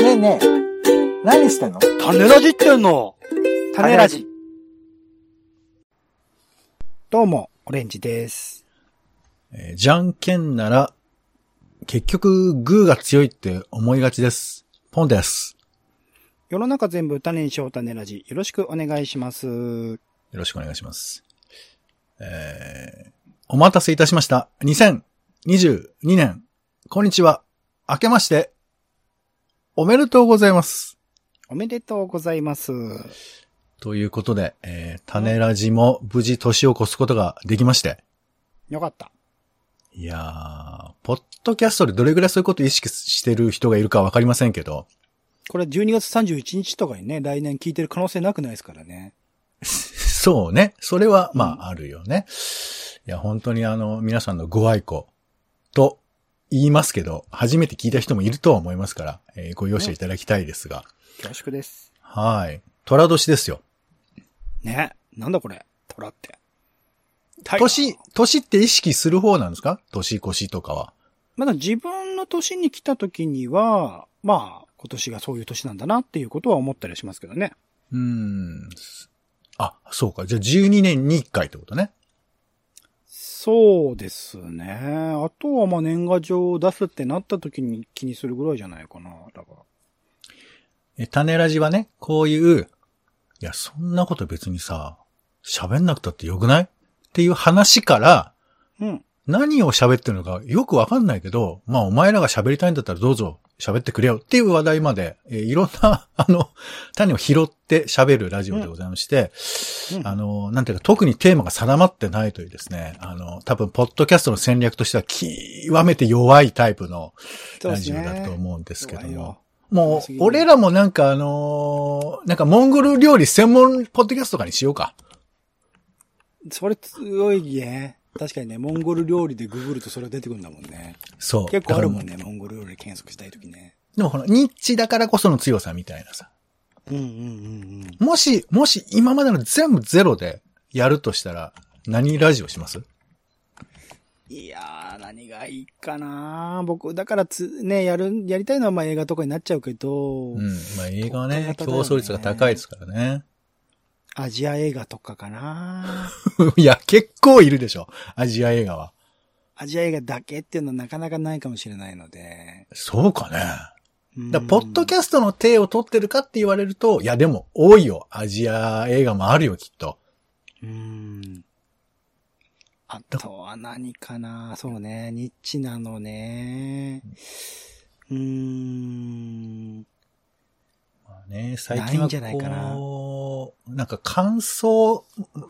ね、何してんの種ラジってんの種ラジ。どうも、オレンジです。えーじゃんけんなら、結局、グーが強いって思いがちです。ポンです。世の中全部種にしよう種ラジ。よろしくお願いします。よろしくお願いします。えーお待たせいたしました。2022年、こんにちは。明けまして、おめでとうございます。おめでとうございます。ということで、えー種ラジも無事年を越すことができまして。よかった。いやー、ポッドキャストでどれぐらいそういうことを意識してる人がいるかわかりませんけど、これ12月31日とかにね、来年聞いてる可能性なくないですからね。そうね。それは、まあ、あるよね。いや、本当にあの、皆さんのご愛顧と言いますけど、初めて聞いた人もいるとは思いますから、えーご容赦いただきたいですが。恐縮です。はい。虎年ですよ。ね。なんだこれ。トラって。年、年って意識する方なんですか年越しとかは。まだ自分の年に来た時には、まあ、今年がそういう年なんだなっていうことは思ったりはしますけどね。うーん。あ、そうか。じゃあ12年に1回ってことね。そうですね。あとはまあ年賀状を出すってなった時に気にするぐらいじゃないかな。だから。え、種ラジはね、こういう、いや、そんなこと別にさ、喋んなくたってよくないっていう話から、うん。何を喋ってるのかよくわかんないけど、まあお前らが喋りたいんだったらどうぞ喋ってくれよっていう話題まで、えーいろんな、 あの、種を拾って喋るラジオでございまして、うんあの、なんていうか特にテーマが定まってないというですね、あの、多分ポッドキャストの戦略としては極めて弱いタイプのそうラですジオね。だと思うんですけど弱いもよ。もすうぎ、る俺らもなんかあのーなんかモンゴル料理専門ポッドキャストとかにしようか。それ強いね。確かにね、モンゴル料理でググるとそれが出てくるんだもんね。そう。結構あるもんだからね、モンゴル料理検索したい時ね。うでもほら、ニッチだからこその強さみたいなさ。うんうんうんうん。もし、もし今までの全部ゼロでやるとしたら、何ラジオしますいやー、何がいいかな僕、だからつ、ね、やる、やりたいのはまあ映画とかになっちゃうけど、うん。まあ映画はね、特化型だ競よね争率が高いですからね。 アジア映画とかかないや、結構いるでしょ。アジア映画は。アジア映画だけっていうのはなかなかないかもしれないので。そうかね。だからポッドキャャストの手を取ってるかって言われると、いやでも多いよ。アジア映画もあるよ、きっと。うん。あとは何かなそうね、ニッチなのね。うーん。まあね、最近ないはんじゃないかなこう、なんか感想、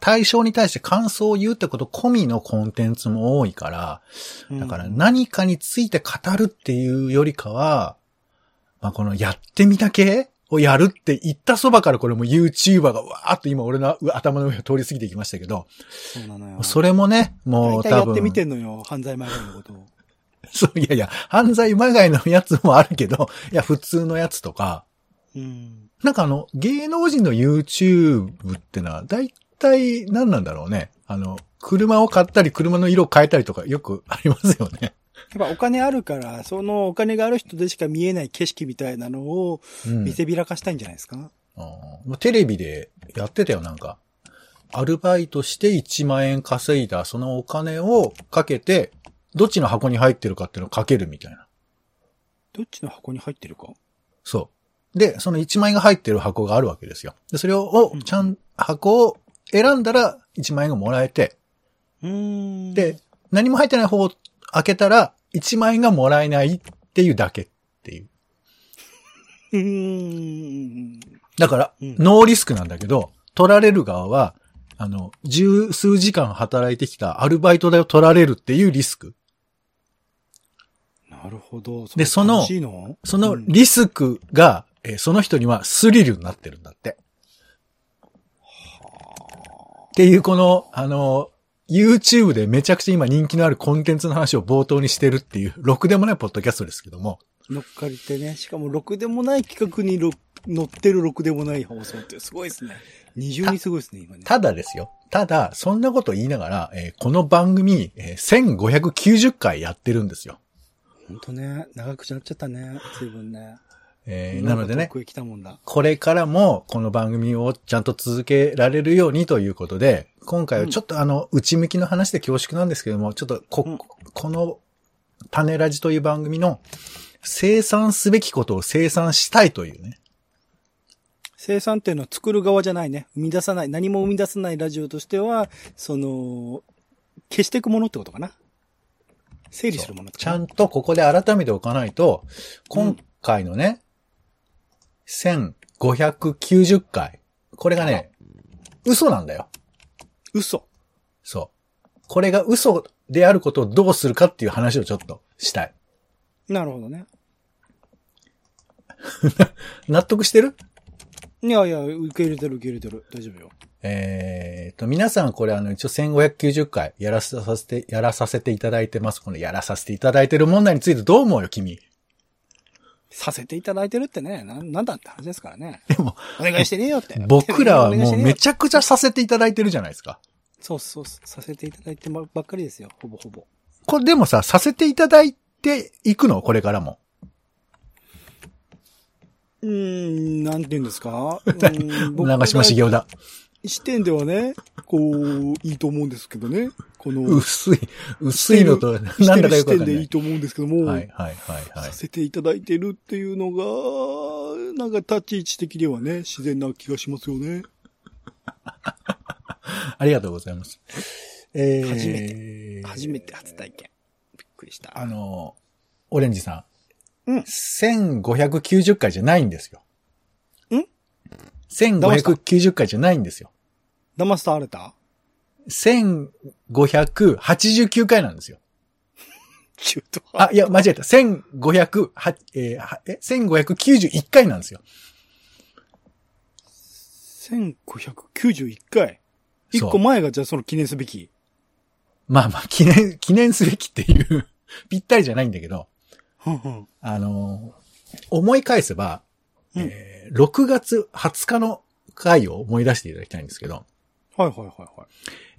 対象に対して感想を言うってこと込みのコンテンツも多いから、だからうん何かについて語るっていうよりかは、まあ、このやってみた系をやるって言ったそばからこれも YouTuber がわーっと今俺の頭の上を通り過ぎていきましたけど、そうなのよ。それもね、も大う体多や分。ってみてんのよ、犯罪前のことを。 そう、いやいや、犯罪まがいのやつもあるけど、いや、普通のやつとか、うん。なんかあの、芸能人の YouTube ってのは、だいたい何なんだろうね。あの、車を買ったり、車の色を変えたりとかよくありますよね。やっぱお金あるから、そのお金がある人でしか見えない景色みたいなのをうん見せびらかしたいんじゃないですか、あーテレビでやってたよ、なんか。アルバイトして1万円稼いだ、そのお金をかけて、どっちの箱に入ってるかっていうのをかけるみたいな。どっちの箱に入ってるかそう。で、その1万円が入ってる箱があるわけですよ。で、それをうん、ちゃん、箱を選んだら1万円がもらえて、うーん。で、、何も入ってない方を開けたら1万円がもらえないっていうだけっていう。うーん。だから、うんノーリスクなんだけど、取られる側は、あの、十数時間働いてきたアルバイト代を取られるっていうリスク。なるほど。でその楽しいのそのリスクが、えーその人にはスリルになってるんだって。っていうこの、あの、YouTube でめちゃくちゃ今人気のあるコンテンツの話を冒頭にしてるっていう、ろくでもないポッドキャストですけども。乗っかりてね。しかも、ろくでもない企画にろ乗ってるろくでもない放送ってすごいですね。二重にすごいですね、今ね。ただですよ。ただ、そんなこと言いながら、えーこの番組、えー1590回やってるんですよ。ほんとね、長くなっちゃったね、随分ね。えーなのでね遠、くへ来たもんだ。これからもこの番組をちゃんと続けられるようにということで、今回はちょっとあの、内向きの話で恐縮なんですけども、ちょっとこ、うんこの、種ラジという番組の、生産すべきことを生産したいというね。生産っていうのは作る側じゃないね。生み出さない。何も生み出さないラジオとしては、その、消していくものってことかな。整理するものってちゃんとここで改めておかないと、今回のね、1590回。これがね、嘘なんだよ。嘘。そう。これが嘘であることをどうするかっていう話をちょっとしたい。なるほどね。納得してるいやいや、受け入れてる受け入れてる。大丈夫よ。えー、と、皆さんこれあの一応1590回やらさせて、やらさせていただいてます。このやらさせていただいてる問題についてどう思うよ、君。させていただいてるってね、なんなんだって話ですからね。でも、お願いしてねえよって。僕らはお願いしもうてねえよめちゃくちゃさせていただいてるじゃないですか。そうそう、させていただいてばっかりですよ。ほぼほぼ。これでもさ、させていただいていくのこれからも。うーん、なんて言うんです かうーん僕長島茂雄だ。視点ではね、こう、いいと思うんですけどね。この、薄い、薄いのと、視なん点だかよ視く点わかんなでいいい。と思うんですけども、はい、はい、はい、はいさ。せていただいてるっていうのが、なんか立ち位置的ではね、自然な気がしますよね。ありがとうございます。えー初め初めて初体験。びっくりした。あの、オレンジさん。うん1590回じゃないんですよ。ん ?1590 回じゃないんですよ。騙された1589回なんですよ。中途半あ、いや、間違えた。1500、はえーはえ1591回なんですよ。端。1591回。一そう個前がじゃあその記念すべき。まあまあ、記念、記念すべきっていう、 ぴったりじゃないんだけど、ふんふんあのー思い返せば、うんえー6月20日の回を思い出していただきたいんですけど、はいはいはいはい。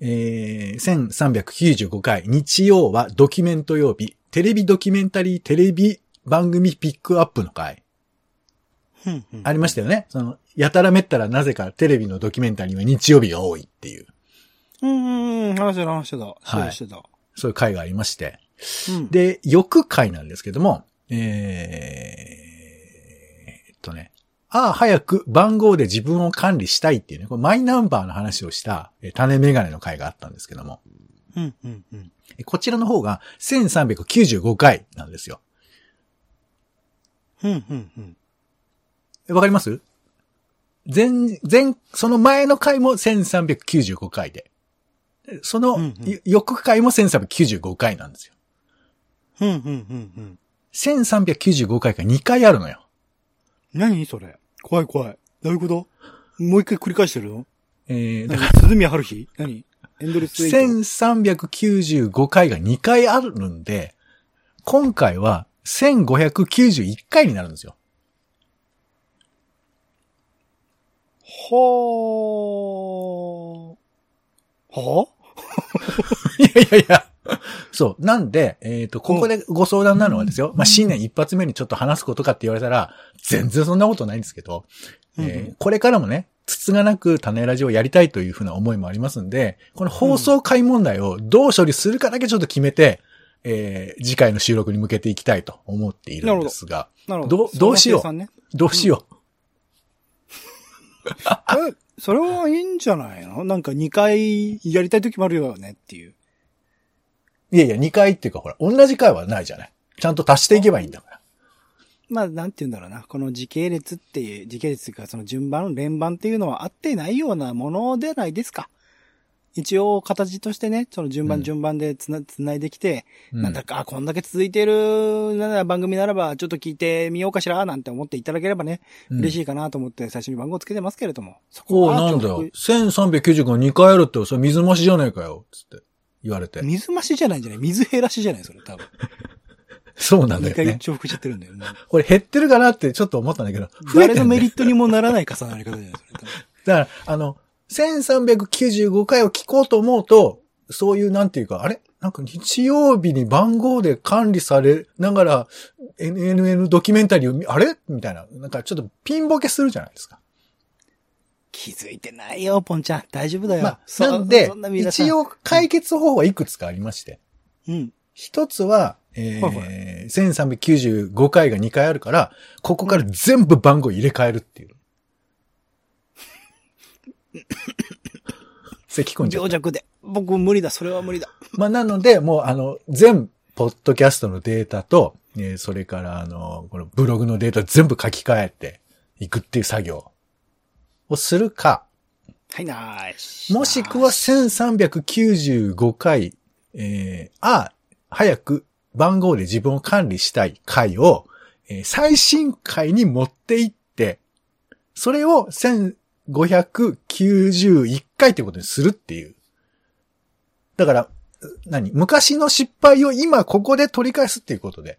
えー、1395回、日曜はドキュメント曜日、テレビドキュメンタリーテレビ番組ピックアップの回、ふんふんありましたよね。その、やたらめったらなぜかテレビのドキュメンタリーは日曜日が多いっていう、うんうんうん、話してた話してた。はいしてた。そういう回がありまして。うん、で、翌回なんですけども、えー、えっとね、ああ、早く番号で自分を管理したいっていうね、これマイナンバーの話をした、えー種メガネの回があったんですけども、うんうんうん。えこちらの方が1395回なんですよ。うんうんうん。えわかります前、前、その前の回も1395回で。えその、うんうんよ翌回も1395回なんですよ。うんうんうんうん。 1395回が2回あるのよ。何それ怖い怖い。どういうこともう一回繰り返してるのえー、 だか何鈴宮春日何エンドレスらエイト。 1395回が2回あるんで、今回は1591回になるんですよ。はー。はあいやいやいや。そう。なんで、えっ、と、ここでご相談なのはですよ。まあ、新年一発目にちょっと話すことかって言われたら、全然そんなことないんですけど、えーうんうこれからもね、つつがなく種ラジオをやりたいというふうな思いもありますんで、この放送回問題をどう処理するかだけちょっと決めて、えー次回の収録に向けていきたいと思っているんですが、なるほどど。うどうしようそんな計どうしよう。算ね、え、それはいいんじゃないのなんか2回やりたい時もあるよねっていう。いやいや、2回っていうか、ほら、同じ回はないじゃない。ちゃんと足していけばいいんだから。まあ、なんて言うんだろうな。この時系列っていう、時系列というか、その順番、連番っていうのは合ってないようなものではないですか。一応、形としてね、その順う番ん順番でつな、つないできて、うんなんだか、あこんだけ続いてる、なんだ番組ならば、ちょっと聞いてみようかしら、なんて思っていただければね、うん嬉しいかなと思って最初に番号つけてますけれども。そこおうはなんだちょよ。っ1395 2回あるって、それ水増しじゃねえかよ。つって、言われてと。水増しじゃないんじゃない水減らしじゃないそれ、多 分。そうなん一だよ回ね。重複しちゃってるんだよ。もうこれ減ってるかなってちょっと思ったんだけど、増え誰てのんメだよリットにもならない重なり方じゃないそれ多分。だから、あの、1395回を聞こうと思うと、そういう、なんていうか、あれなんか日曜日に番号で管理されながら NNN ドキュメンタリーを見、あれみたいな。なんかちょっとピンボケするじゃないですか。気づいてないよ、ポンちゃん。大丈夫だよ。まあ、そなんでそんな、皆さん一応解決方法はいくつかありまして。うん。一つは、えーはいは1395回が2回あるから、ここから全部番号入れ替えるって いう。咳込んじゃう情。弱で。僕無理だ、それは無理だ。まあ、なので、もう、あの、全、ポッドキャストのデータと、えーそれから、あの、このブログのデータ全部書き換えていくっていう作業をするか、はい、ナイス。もしくは1395回、えー、あ、早く番号で自分を管理したい回を、えー最新回に持っていって、それを1591回ということにするっていう。だから、何昔の失敗を今ここで取り返すっていうことで。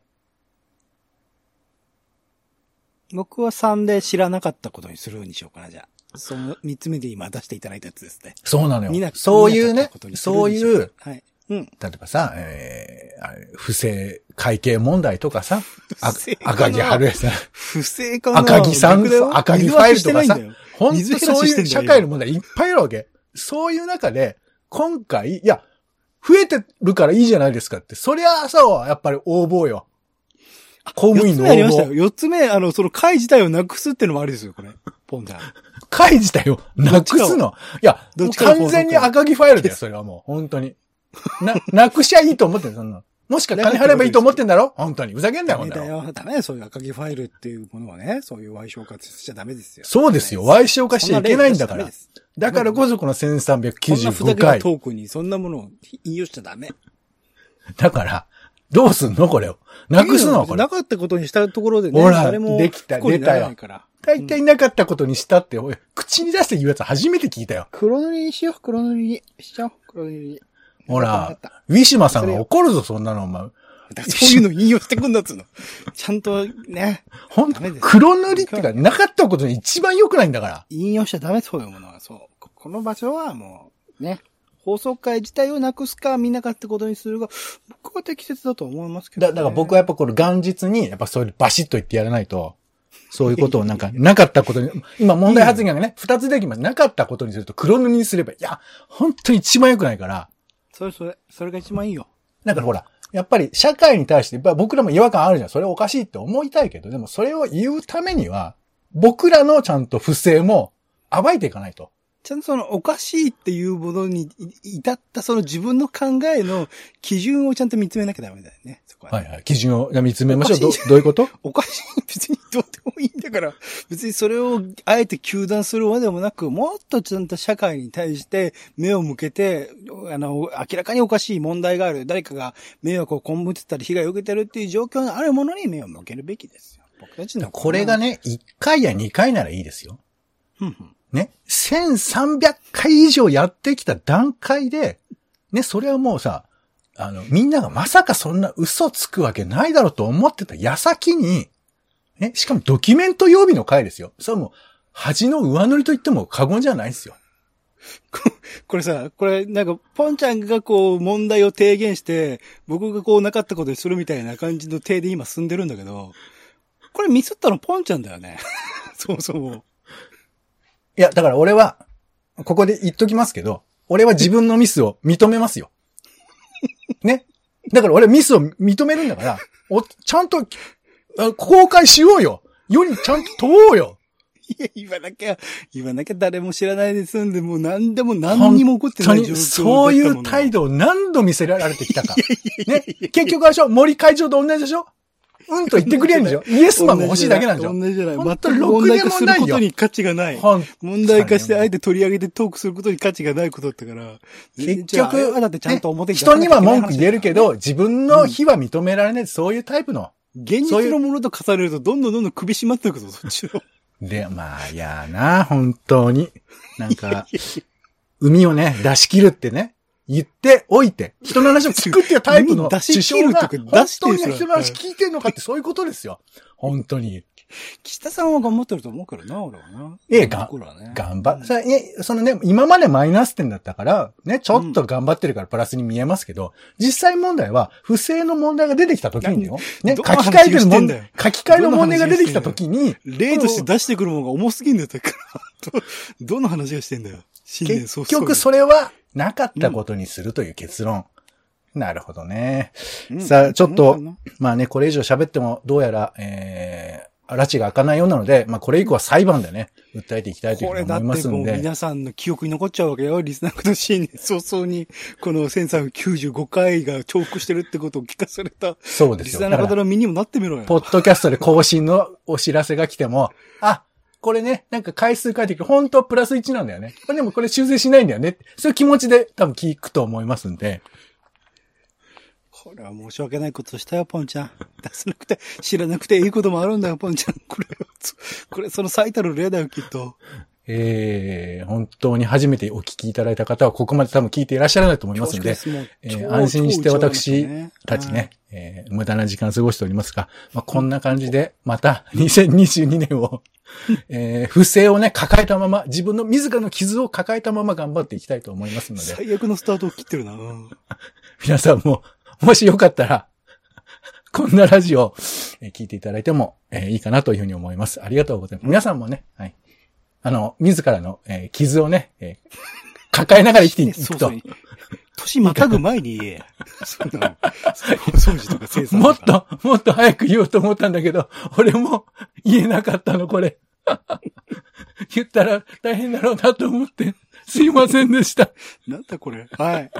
僕は3で知らなかったことにするようにしようかな、じゃあ。その3つ目で今出していただいたやつですね。そうなの見なよ。そうい見うなかねったこと、にするよそうにしよいう、はい。うん。例えばさ、えーあれ不正会計問題と かさ、あ不正かな赤木春 江さん、不正かな赤木さん逆だ、よ赤木ファイルと水か分してないさんだよ、本水当減らそうししいてうんだよ社会の問題いっぱいあるわけ。そういう中で、今回、いや、増えてるからいいじゃないですかって、そりゃあさ、やっぱり応募よ。公務四つ員の目応ありましたよ。募。四つ目、あの、その会自体をなくすってのもありですよ、これ。ポンちゃん。会自体をなくすの。いや、どっちかの完全に赤木ファイルだよ、それはもう、本当に。な、 なくしゃいいと思ってる、そんなの。もしくは金払えばいいと思ってんだろ本当に。ふざけんなダよ、ほんメなだの。よ。ダメだよ、そういう赤木ファイルっていうものはね、そういう歪小化しちゃダメですよ。そうですよ。ダメ歪小化しちゃいけないんだから。だからこそこのそんなふざ1395けた回ト。ークにそんなものを引用しちゃダメ。だから、どうすんのこれを。なくすのこれな。かったことにしたところでね、ほら誰もできた不幸にならないから。大体なかったことにしたって、おい口に出して言うやつ初めて聞いたよ。黒塗りにしよう、黒塗りに。しちゃおう、黒塗りに。ほわらかった、ウィシュマさんが怒るぞ、そんなの、お前。だからそういうの引用してくんだっつうの。ちゃんとね、ほんダメです黒塗りってか、なかったことに一番良くないんだから。引用しちゃダメそういうものは、そう。ここの場所はもう、ね、放送会自体をなくすか、見なかったことにするが、僕は適切だと思いますけど、だ、ね。だから僕はやっぱこの元日に、やっぱそういうバシッと言ってやらないと、そういうことをなんか、なかったことに、今問題発言がね、二つできます。なかったことにすると黒塗りにすれば、いや、本当に一番良くないから、それそれ、それが一番いいよ。だからほら、やっぱり社会に対して、やっぱ僕らも違和感あるじゃん。それおかしいって思いたいけど、でもそれを言うためには、僕らのちゃんと不正も暴いていかないと。ちゃんとそのおかしいっていうものにい至ったその自分の考えの基準をちゃんと見つめなきゃダメだよね。そこはね、はいはい。基準を見つめましょう。どおかしどういうことおかしい別にどうでもいいんだから、別にそれをあえて糾弾するまでもなく、もっとちゃんと社会に対して目を向けて、あの、明らかにおかしい問題がある、誰かが迷惑をこむってたり被害を受けてるっていう状況のあるものに目を向けるべきですよ。僕たちの。これがね、ね、1回や2回ならいいですよ。うんうんね。1300回以上やってきた段階で、ね、それはもうさ、あの、みんながまさかそんな嘘つくわけないだろうと思ってた矢先に、ね、しかもドキュメント曜日の回ですよ。それはもう、恥の上塗りと言っても過言じゃないですよ。これさ、これなんか、ポンちゃんがこう問題を提言して、僕がこうなかったことにするみたいな感じの体で今進んでるんだけど、これミスったのポンちゃんだよね。 そもそも。いや、だから俺は、ここで言っときますけど、俺は自分のミスを認めますよ。ね。だから俺はミスを認めるんだから、お、ちゃんと、あ公開しようよ世にちゃんと問おうよいや、言わなきゃ、言わなきゃ誰も知らないで済んで、もう何でも何にも起こってない本状況当にだったそういう態度。度を何度見せられて きたか。ね。結局あれでしょ森会長と同じでしょうんと言ってくれるんで しょイエスマンが欲しいだけなんでしょ同じじゃない。ほん全とくろ問くで題も化するないよことに価値がない。ほん問題化して、あえて取り上げてトークすることに価値がないことだったから。結じゃああれは局、だってちゃんと表ね出人さなきゃにいけなはい文句言えるけ話ど、自分の非は認められない、そういうタイプの。だから、現実のものと重ねると、どんどんどんどん首絞まっていくぞ、そっちの。で、まあ、いやーな、本当に。なんか、海をね、出し切るってね、言っておいて、人の話を聞くっていうタイプの 海出し切首相るとかが、本出して当るにそれ人の話聞いてんのかってそういうことですよ。本当に。岸田さんは頑張ってると思うけどな、俺はな。ええが僕らはね頑張っ、さえ、そのね、今までマイナス点だったから、ね、ちょっと頑張ってるからプラスに見えますけど、実際問題は、不正の問題が出てきた時によ、ね、ど書きんな話換えてるをして問んだよ題、書き換えの問題が出てきた時に、例として出してくるものが重すぎんだよ、だから。ど、どの話がしてんだよ。新年早結々。局それはなかったことにするという結論。なるほどね。さあ、ちょっと、まあね、これ以上喋っても、どうやら、えー、拉致が開かないようなので、まあこれ以降は裁判でね、訴えていきたいというこふうれにだ思いまってすもんうで。皆さんの記憶に残っちゃうわけよ。リスナーの新年早々に、この1395回が重複してるってことを聞かされた、そうでリすスよ。ナーだかの方らの身にもなってみろよ。ポッドキャストで更新のお知らせが来ても、あ、これね、なんか回数書いてくる。本当はプラス1なんだよね。これでもこれ修正しないんだよね。そういう気持ちで多分聞くと思いますんで。これは申し訳ないことしたよ、ポンちゃん。出せなくて、知らなくていいこともあるんだよ、ポンちゃん。これ、つこれ、その最たる例だよ、きっと。えー、本当に初めてお聞きいただいた方は、ここまで多分聞いていらっしゃらないと思いますので、恐縮えですもうー超安心して超打ち合わせ私ねたちね、えー無駄な時間過ごしておりますが、まあ、こんな感じで、また2022年を、えー不正をね、抱えたまま、自分の自らの傷を抱えたまま頑張っていきたいと思いますので、最悪のスタートを切ってるな。うん皆さんも、 もしよかったら、 こんなラジオ、えー聞いていただいても、えーいいかなというふうに思います。ありがとうございます。皆さんもね、はい。あの、自らの、えー傷をね、えー 抱えながら生きていそくうそとう、。年またぐ前に言え。そんなのお掃除とか生産ともっか。と、もっと早く言おうと思ったんだけど、俺も 言えなかったの、これ。 言ったら大変だろうなと思って、すいませんでした。なんだこれ。はい。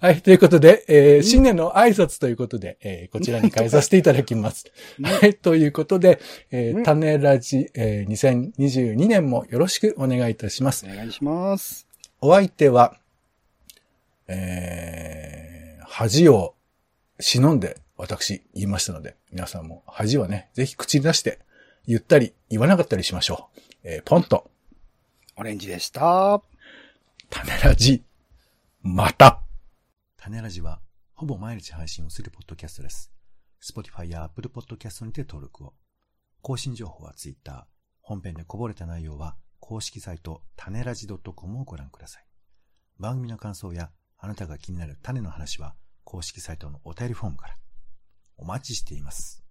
はい、ということで、えー新年の挨拶ということで、えーこちらに変えさせていただきます。はい、ということで、えー種ラジ、えー2022年もよろしくお願いいたしますお。願いします。お相手は、えー、恥を忍んで私言いましたので、皆さんも恥はね、ぜひ口に出して、言ったり言わなかったりしましょう。えー、ポンと、オレンジでした。種ラジ、また種ラジは、ほぼ毎日配信をするポッドキャストです。Spotify や Apple Podcast にて登録を。更新情報は Twitter。本編でこぼれた内容は、公式サイト、種ラジ .com をご覧ください。番組の感想や、あなたが気になる種の話は、公式サイトのお便りフォームから。お待ちしています。